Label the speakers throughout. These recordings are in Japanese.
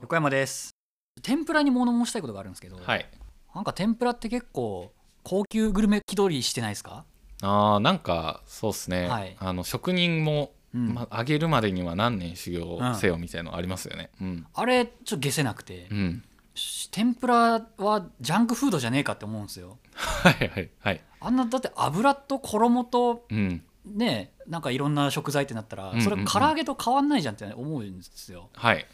Speaker 1: 横山です天ぷらに物申したいことがあるんですけど、
Speaker 2: はい
Speaker 1: なんか天ぷらって結構高級グルメ気取りしてないですか
Speaker 2: あーなんかそうっすね、
Speaker 1: はい
Speaker 2: あの職人も、
Speaker 1: うん
Speaker 2: ま、上げるまでには何年修行せよみたいのありますよねうん、
Speaker 1: あれちょっと下せなくて、
Speaker 2: うん
Speaker 1: し天ぷらはジャンクフードじゃねえかって思うんですよ
Speaker 2: はいはいはい
Speaker 1: あんなだって油と衣と
Speaker 2: うん
Speaker 1: ねなんかいろんな食材ってなったら
Speaker 2: うんうんうん
Speaker 1: それ唐揚げと変わんないじゃんって思うんですよ
Speaker 2: はい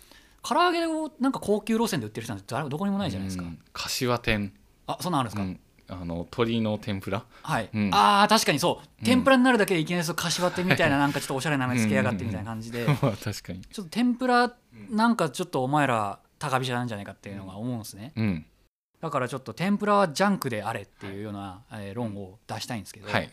Speaker 1: 唐揚げをなんか高級路線で売ってる人なんて誰もどこにもないじゃないですか、
Speaker 2: うん柏天、
Speaker 1: あそんなんあるんです
Speaker 2: う
Speaker 1: か、
Speaker 2: ん、あの鶏の天ぷら
Speaker 1: はい、
Speaker 2: うん
Speaker 1: ああ確かにそう
Speaker 2: うん
Speaker 1: 天ぷらになるだけでいきなりそう柏手み たいななんかちょっとおしゃれな名前つけやがってみたいな感じで
Speaker 2: まあ 確かに
Speaker 1: ちょっと天ぷらなんかちょっとお前ら高飛車なんじゃないかっていうのが思うんですね
Speaker 2: うん
Speaker 1: だからちょっと天ぷらはジャンクであれっていうような、えー論を出したいんですけど、
Speaker 2: はい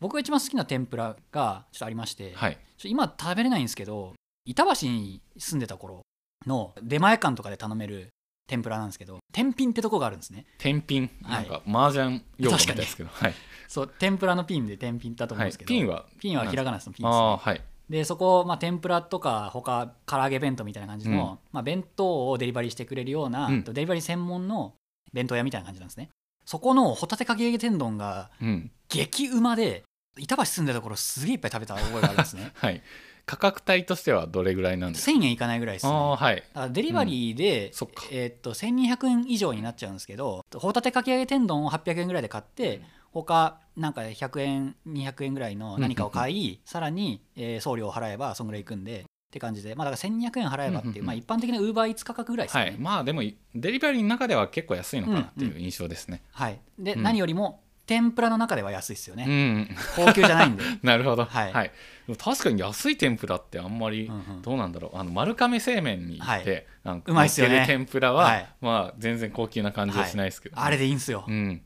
Speaker 1: 僕が一番好きな天ぷらがちょっとありまして、
Speaker 2: はい
Speaker 1: ちょ今食べれないんですけど板橋に住んでた頃の出前館とかで頼める天ぷらなんですけど天品ってとこがあるんですね
Speaker 2: 天品
Speaker 1: は
Speaker 2: ないんか麻雀用語みたいですけどはい、
Speaker 1: そう天ぷらのピンで天品だと思う
Speaker 2: は
Speaker 1: んで
Speaker 2: い
Speaker 1: すけ、ど、
Speaker 2: ピンは
Speaker 1: ピンはひらがなですのピンですね
Speaker 2: ああーはい
Speaker 1: でそこ、まあ、天ぷらとか他唐揚げ弁当みたいな感じの、
Speaker 2: うん
Speaker 1: まあ、弁当をデリバリーしてくれるような、
Speaker 2: うん
Speaker 1: とデリバリー専門の弁当屋みたいな感じなんですねそこのホタテかき揚げ天丼が
Speaker 2: うん
Speaker 1: 激うまで板橋住んでた頃すげえいっぱい食べた覚えがあるんです ね
Speaker 2: はい価格帯としてはどれぐらいなんですか
Speaker 1: 1000円いかないぐらいですね
Speaker 2: ああーはい
Speaker 1: だからデリバリーで、
Speaker 2: そっか
Speaker 1: えーっと1200円以上になっちゃうんですけどホタテかき揚げ天丼を800円ぐらいで買って、他なんか100円200円ぐらいの何かを買い、さらに、えー送料を払えばそんぐらいいくんでって感じで、まあ、だから1200円払えばっていう、
Speaker 2: うんうんうん
Speaker 1: まあ、一般的なウーバーイーツ価格ぐらいですか
Speaker 2: は
Speaker 1: ね
Speaker 2: い、、まあでもデリバリーの中では結構安いのかなっていう印象ですね。
Speaker 1: はいで、
Speaker 2: うん
Speaker 1: 何よりも天ぷらの中では安いですよ
Speaker 2: う
Speaker 1: ね、
Speaker 2: ん、
Speaker 1: 高級じゃないん で、
Speaker 2: なるほど、
Speaker 1: はい
Speaker 2: でも確かに安い天ぷらってあんまり
Speaker 1: うんうん
Speaker 2: どうなんだろうあの丸亀製麺に行って、
Speaker 1: はい
Speaker 2: なんか
Speaker 1: うまいっすよね
Speaker 2: 乗ってる天ぷらは、
Speaker 1: はい
Speaker 2: まあ全然高級な感じはしないですけど、
Speaker 1: あれでいいんすよ、
Speaker 2: うん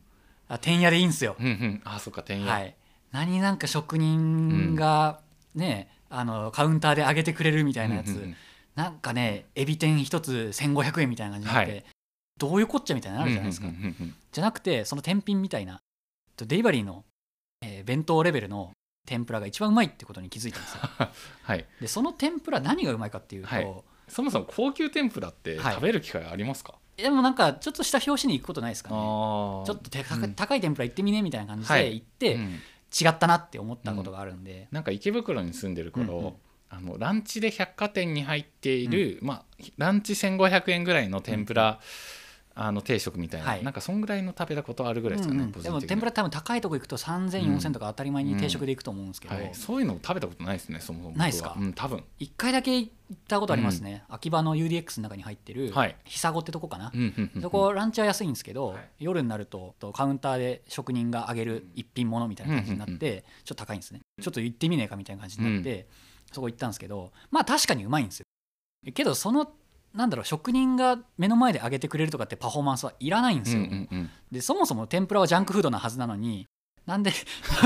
Speaker 1: あ天屋でいいんすよ、
Speaker 2: うんうんあそっか天野、
Speaker 1: はい、何なんか職人がね、あのカウンターで揚げてくれるみたいなやつ、
Speaker 2: うんうんうん
Speaker 1: なんかねエビ天一つ1500円みたいな感じになって、
Speaker 2: は
Speaker 1: どういうこっちゃみたいになるじゃないですか、
Speaker 2: うんうんうんうん
Speaker 1: じゃなくてその天品みたいなとデリバリーの、えー弁当レベルの天ぷらが一番うまいってことに気づいたん ですよ
Speaker 2: はい、
Speaker 1: でその天ぷら何がうまいかっていうと、
Speaker 2: はいそもそも高級天ぷらって
Speaker 1: はい
Speaker 2: 食べる機会ありますか、
Speaker 1: でもなんかちょっとした表紙に行くことないですかね
Speaker 2: ああ
Speaker 1: ちょっと手か
Speaker 2: うん
Speaker 1: 高い天ぷら行ってみねみたいな感じ
Speaker 2: は
Speaker 1: で
Speaker 2: い
Speaker 1: 行って、
Speaker 2: う
Speaker 1: 違
Speaker 2: ん
Speaker 1: ったなって思ったことがあるんで、
Speaker 2: なんか池袋に住んでる頃、
Speaker 1: うんうん
Speaker 2: あのランチで百貨店に入っている、まあ、ランチ1500円ぐらいの天ぷら、あの定食みたいな、
Speaker 1: はい
Speaker 2: なんかそんぐらいの食べたことあるぐらいですかね、
Speaker 1: うんうん
Speaker 2: 個
Speaker 1: で
Speaker 2: 人
Speaker 1: も
Speaker 2: 的に
Speaker 1: 天ぷら多分高いとこ行くと30004000とか当たり前に定食で行くと思うんですけど、
Speaker 2: はい、そういうのを食べたことないですねそもそも僕は
Speaker 1: ないっすか
Speaker 2: うん、多分
Speaker 1: 一回だけ行ったことありますね、秋葉の UDX の中に入ってる
Speaker 2: はい
Speaker 1: 久子ってとこかな、
Speaker 2: うんうんうん
Speaker 1: そこランチは安いんですけど、
Speaker 2: はい
Speaker 1: 夜になるととカウンターで職人が揚げる一品ものみたいな感じになって、
Speaker 2: うんうん
Speaker 1: ちょっと高いんですねちょっと行ってみねえかみたいな感じになって、そこ行ったんですけどまあ確かにうまいんですよけどそのなんだろう職人が目の前で揚げてくれるとかってパフォーマンスはいらないんで
Speaker 2: う
Speaker 1: す
Speaker 2: ん
Speaker 1: よ、
Speaker 2: うんうん
Speaker 1: でそもそも天ぷらはジャンクフードなはずなのになんで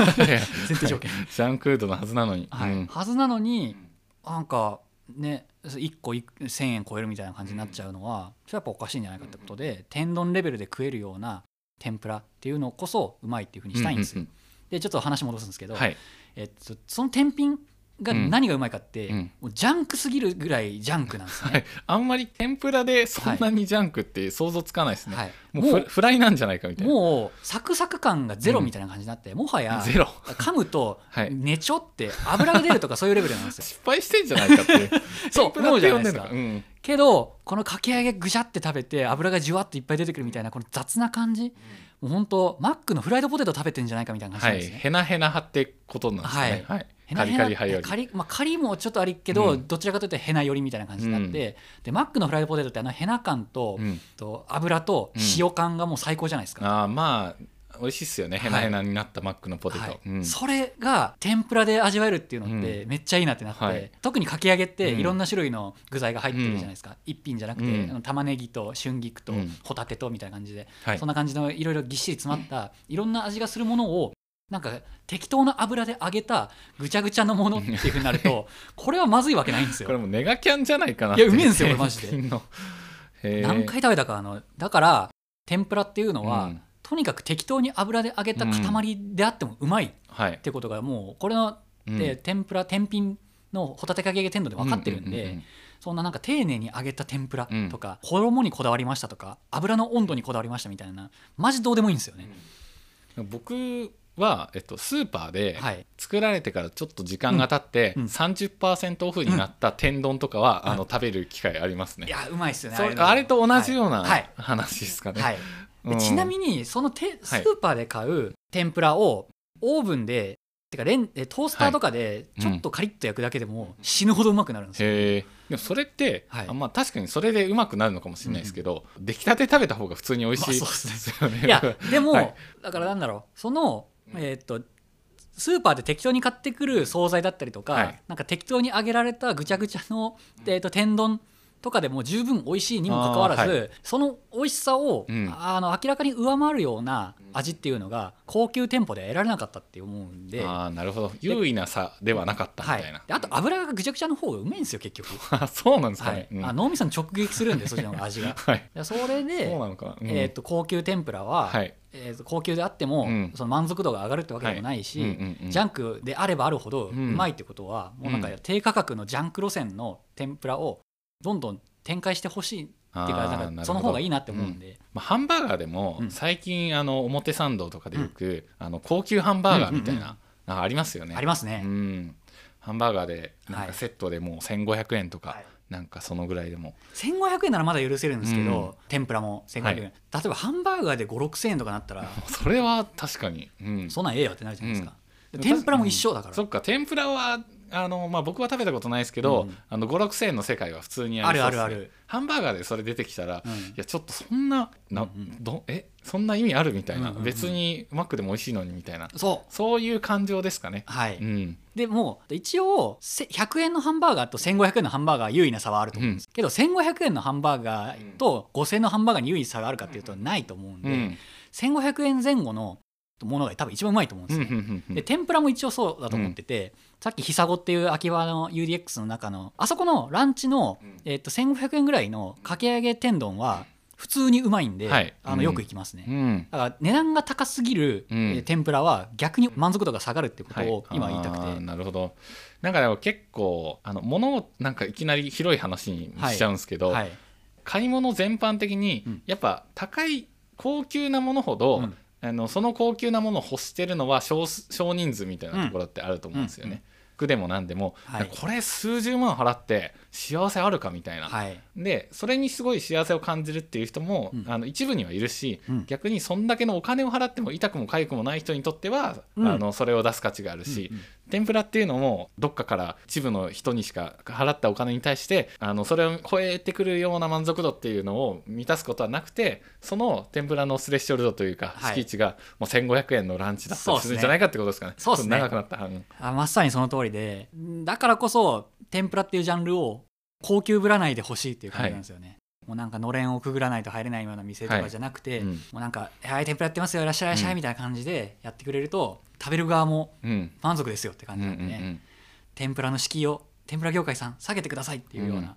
Speaker 1: 前提条件
Speaker 2: はいジャンクフードのはずなのに、
Speaker 1: はい
Speaker 2: うん
Speaker 1: はずなのになんかね1個い1,000円超えるみたいな感じになっちゃうのはそれはやっぱおかしいんじゃないかってことで天丼レベルで食えるような天ぷらっていうのこそうまいっていうふうにしたいんですよ。
Speaker 2: うう
Speaker 1: でちょっと話戻すんですけ
Speaker 2: う
Speaker 1: ど、
Speaker 2: んはい、
Speaker 1: えっと、その天品が何がうまいかって、
Speaker 2: うん
Speaker 1: もうジャンクすぎるぐらいジャンクなんですね。
Speaker 2: あんまり天ぷらでそんなにジャンクって想像つかないですね、
Speaker 1: はい、
Speaker 2: もうフフライなんじゃないかみたいな
Speaker 1: もうサクサク感がゼロみたいな感じになって、もはや
Speaker 2: ゼロ
Speaker 1: 噛むと
Speaker 2: はい
Speaker 1: ねちょって油が出るとかそういうレベルなんですよ。
Speaker 2: 失敗してんじゃないかって いう
Speaker 1: そう
Speaker 2: 天ぷらって呼ん
Speaker 1: 思うじゃない
Speaker 2: で
Speaker 1: です
Speaker 2: んの
Speaker 1: か
Speaker 2: かうん
Speaker 1: けどこのかき揚げぐしゃって食べて油がじゅわっといっぱい出てくるみたいなこの雑な感じ、もう本当マックのフライドポテト食べてんじゃないかみたいな
Speaker 2: は
Speaker 1: 感じな
Speaker 2: い、
Speaker 1: んですね。
Speaker 2: へなへな派ってことなんですかね。はい、
Speaker 1: へなへな
Speaker 2: カリカリ派より。
Speaker 1: カリまあ、カリもちょっとありけど、
Speaker 2: うん
Speaker 1: どちらかというとヘナ寄りみたいな感じになって、でマックのフライドポテトってあのヘナ感と,、
Speaker 2: うん、
Speaker 1: と油と塩感がもう最高じゃないですか、
Speaker 2: ああ、まあ、美味しいっすよね。
Speaker 1: はい
Speaker 2: へなへなになったマックのポテト。
Speaker 1: はい
Speaker 2: うん、
Speaker 1: それが天ぷらで味わえるっていうのって
Speaker 2: う
Speaker 1: めっちゃいいなってなって、
Speaker 2: はい
Speaker 1: 特にかき揚げって
Speaker 2: うん
Speaker 1: いろんな種類の具材が入ってるじゃないですか、一品じゃなくて、
Speaker 2: うん
Speaker 1: あの玉ねぎと春菊と
Speaker 2: うん
Speaker 1: ホタテとみたいな感じで、
Speaker 2: はい
Speaker 1: そん、な感じのいろいろぎっしり詰まったいろんな味がするものをなんか適当な油で揚げたぐちゃぐちゃのものっていうふうになる とこれはまずいわけないんです
Speaker 2: これ
Speaker 1: よ。
Speaker 2: もうネガキャンじゃないかな。
Speaker 1: いやうめえんすよこれマジで
Speaker 2: で。へー
Speaker 1: 何回食べたかあのだから天ぷらっていうのは、
Speaker 2: うん
Speaker 1: とにかく適当に油で揚げた塊であってもうまいっ
Speaker 2: はい。
Speaker 1: てことがもうこれの
Speaker 2: うん
Speaker 1: で、天ぷら天品のホタテかき揚げ天丼で分かってるんで、
Speaker 2: ううううん
Speaker 1: そんななんか丁寧に揚げた天ぷらとか、衣にこだわりましたとか油の温度にこだわりましたみたいなマジどうでもいいんですよね。
Speaker 2: 僕は、えっと、スーパーで
Speaker 1: はい
Speaker 2: 作られてからちょっと時間が経って
Speaker 1: うんうん
Speaker 2: 30%オフになった天丼とかは、あの食べる機会ありますね
Speaker 1: いやうまいっすよね
Speaker 2: そう
Speaker 1: の
Speaker 2: あれと同じような
Speaker 1: はい
Speaker 2: 話ですかね、
Speaker 1: はい、で
Speaker 2: うん
Speaker 1: ちなみにそのてス
Speaker 2: はい
Speaker 1: ーパーで買う天ぷらをオーブンでてかレンえトースターとかで
Speaker 2: うん
Speaker 1: ちょっとカリッと焼くだけでも死ぬほどうまくなるんですよ。
Speaker 2: へえでもそれって、
Speaker 1: はい
Speaker 2: あまあ、確かにそれでうまくなるのかもしれないですけど、出来たて食べた方が普通に美味しい
Speaker 1: まあそ
Speaker 2: で
Speaker 1: うっすね
Speaker 2: すよね。
Speaker 1: い やでも、
Speaker 2: はい
Speaker 1: だからなんだろうその、
Speaker 2: うん
Speaker 1: えーっとスーパーで適当に買ってくる惣菜だったりとか、
Speaker 2: はい
Speaker 1: なんか適当に揚げられたぐちゃぐちゃの、えーっと天丼とかでも十分美味しいにもかかわらず、
Speaker 2: あー
Speaker 1: その美味しさを、
Speaker 2: うん
Speaker 1: あの明らかに上回るような味っていうのが高級店舗では得られなかったって思うんで。
Speaker 2: ああなるほど優位な差ではなかったみ
Speaker 1: は
Speaker 2: た
Speaker 1: い
Speaker 2: いな、、
Speaker 1: であと油がぐちゃぐちゃの方がうめえんですよ 結局、
Speaker 2: あそうなんですか
Speaker 1: は
Speaker 2: ね
Speaker 1: い、
Speaker 2: うん
Speaker 1: あ脳みそに直撃するんでそっちの方が 味が
Speaker 2: はい、
Speaker 1: でそれで
Speaker 2: そうなのか、うん
Speaker 1: えー、と高級天ぷらは、
Speaker 2: はい
Speaker 1: えー、と高級であっても、
Speaker 2: うん
Speaker 1: その満足度が上がるってわけでもないし、
Speaker 2: はいうんうんうん
Speaker 1: ジャンクであればあるほどうんまいってことは、もうなんか
Speaker 2: うん
Speaker 1: 低価格のジャンク路線の天ぷらをどんどん展開してほしいって
Speaker 2: あー
Speaker 1: いうか
Speaker 2: な
Speaker 1: な
Speaker 2: るほ
Speaker 1: ん
Speaker 2: ど
Speaker 1: かその方がいいなって思うんで、
Speaker 2: まあ、ハンバーガーでも、
Speaker 1: うん
Speaker 2: 最近あの表参道とかでよく、あの高級ハンバーガーみたいな,、
Speaker 1: うんうんう
Speaker 2: なんかありますよね。
Speaker 1: ありますね
Speaker 2: う。ん、ハンバーガーでなん
Speaker 1: はい
Speaker 2: かセットでもう1500円とか、
Speaker 1: はい
Speaker 2: なんかそのぐらいでも
Speaker 1: 1500円ならまだ許せるんですけど、天ぷらも1500円、
Speaker 2: はい
Speaker 1: 例えばハンバーガーで5 6千円とかなったら
Speaker 2: それは確かに、うん、
Speaker 1: そんなんええよってなるじゃないですか、
Speaker 2: うん
Speaker 1: で天ぷらも一緒だから、
Speaker 2: そっか天ぷらはあの、まあ、僕は食べたことないですけど、
Speaker 1: うん
Speaker 2: あの5 6千円の世界は普通にありそうですね
Speaker 1: あるあるある
Speaker 2: ハンバーガーでそれ出てきたら、
Speaker 1: うん
Speaker 2: いやちょっとそんなな、
Speaker 1: うんうん
Speaker 2: どえそんな意味あるみたいな、
Speaker 1: うんうんうん
Speaker 2: 別にマックでも美味しいのにみたいな
Speaker 1: そう
Speaker 2: そういう感情ですかね。
Speaker 1: はい、
Speaker 2: うん
Speaker 1: でもう一応せ100円のハンバーガーと1500円のハンバーガーは優位な差はあると思うんですけど、1500円のハンバーガーと5000円のハンバーガーに優位差があるかっていうとないと思うん
Speaker 2: う
Speaker 1: で、
Speaker 2: ん
Speaker 1: 1500円前後のものが多分一番うまいと思うんで
Speaker 2: う
Speaker 1: す
Speaker 2: んう
Speaker 1: ね。
Speaker 2: んうん
Speaker 1: で天ぷらも一応そうだと思ってて、さっきひさごっていう秋葉の UDX の中のあそこのランチの、
Speaker 2: うん
Speaker 1: えっと1500円ぐらいのかき揚げ天丼は普通にうまいんで、
Speaker 2: はい
Speaker 1: あ
Speaker 2: うん
Speaker 1: のよく行きますね。
Speaker 2: うん
Speaker 1: だから値段が高すぎる、
Speaker 2: うん
Speaker 1: えー天ぷらは逆に満足度が下がるってこと
Speaker 2: はい
Speaker 1: を今言いたくて、
Speaker 2: あーなるほどなんかでも結構あの物をなんかいきなり広い話にしちゃうんですけど、
Speaker 1: はい、
Speaker 2: 買い物全般的に、
Speaker 1: うん
Speaker 2: やっぱ高い高級なものほ
Speaker 1: う
Speaker 2: ど、
Speaker 1: ん
Speaker 2: あのその高級なものを欲してるのは少数少人数みたいなところってあると思うんですよね。
Speaker 1: うんうん
Speaker 2: 服でも何でも、
Speaker 1: はい
Speaker 2: これ数十万払って幸せあるかみたいな、
Speaker 1: はい、
Speaker 2: でそれにすごい幸せを感じるっていう人も、
Speaker 1: うん
Speaker 2: あの一部にはいるし、
Speaker 1: うん
Speaker 2: 逆にそんだけのお金を払っても痛くも痒くもない人にとっては、
Speaker 1: うん
Speaker 2: あのそれを出す価値があるし、
Speaker 1: うんうん
Speaker 2: 天ぷらっていうのもどっかから一部の人にしか払ったお金に対してあのそれを超えてくるような満足度っていうのを満たすことはなくてその天ぷらのスレッショルドというか、
Speaker 1: はい
Speaker 2: 敷地がもう1500円のランチだったりするんじゃないかってことですかね。
Speaker 1: そうっすね
Speaker 2: ちょっと長くなった、うん
Speaker 1: あまさにその通りでだからこそ天ぷらっていうジャンルを高級ぶらないでほしいっていう感じなんですよね、もうなんかのれんをくぐらないと入れないような店とかじゃなくて、
Speaker 2: はいうん
Speaker 1: もうなんか「はい天ぷらやってますよいらっしゃいいらっしゃい」みたいな感じでやってくれると食べる側も
Speaker 2: うん
Speaker 1: 満足ですよって感
Speaker 2: うんう
Speaker 1: じな
Speaker 2: んうん
Speaker 1: でね、
Speaker 2: ん、
Speaker 1: 天ぷらの敷居を天ぷら業界さん下げてくださいっていうような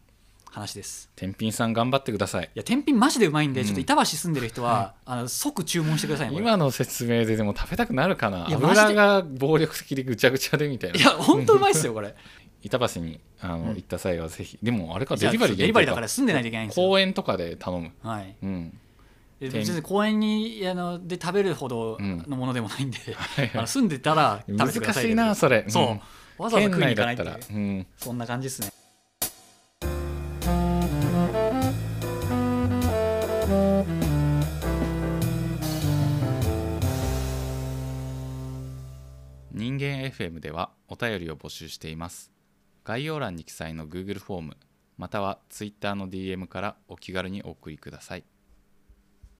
Speaker 1: 話です、
Speaker 2: 天品さん頑張ってください
Speaker 1: いや天品マジでうまいんで、
Speaker 2: うん
Speaker 1: ちょっと板橋住んでる人は、あの即注文してくださいねこれ
Speaker 2: 今の説明ででも食べたくなるかない
Speaker 1: やマジで
Speaker 2: 油が暴力的でぐちゃぐちゃでみたいない
Speaker 1: や本当うまいっすよこれ
Speaker 2: 板橋にあの、
Speaker 1: うん
Speaker 2: 行った際はぜひでもあれか
Speaker 1: じゃあ
Speaker 2: デリバリー
Speaker 1: デリバリーだから住んでないといけないんですよ
Speaker 2: 公園とかで頼む
Speaker 1: はい
Speaker 2: うん
Speaker 1: で
Speaker 2: 店員
Speaker 1: 別に公園にあので食べるほどのものでも ないんで、
Speaker 2: いはい
Speaker 1: あの住んでたら食
Speaker 2: 難
Speaker 1: べてください
Speaker 2: しいなそれ
Speaker 1: そう、
Speaker 2: うん
Speaker 1: わざわざ食いに行かない
Speaker 2: 県
Speaker 1: っていう
Speaker 2: 内だったら、うん、
Speaker 1: そんな感じですね
Speaker 2: 人間 FM ではお便りを募集しています概要欄に記載の Google フォームまたは Twitter の DM からお気軽にお送りください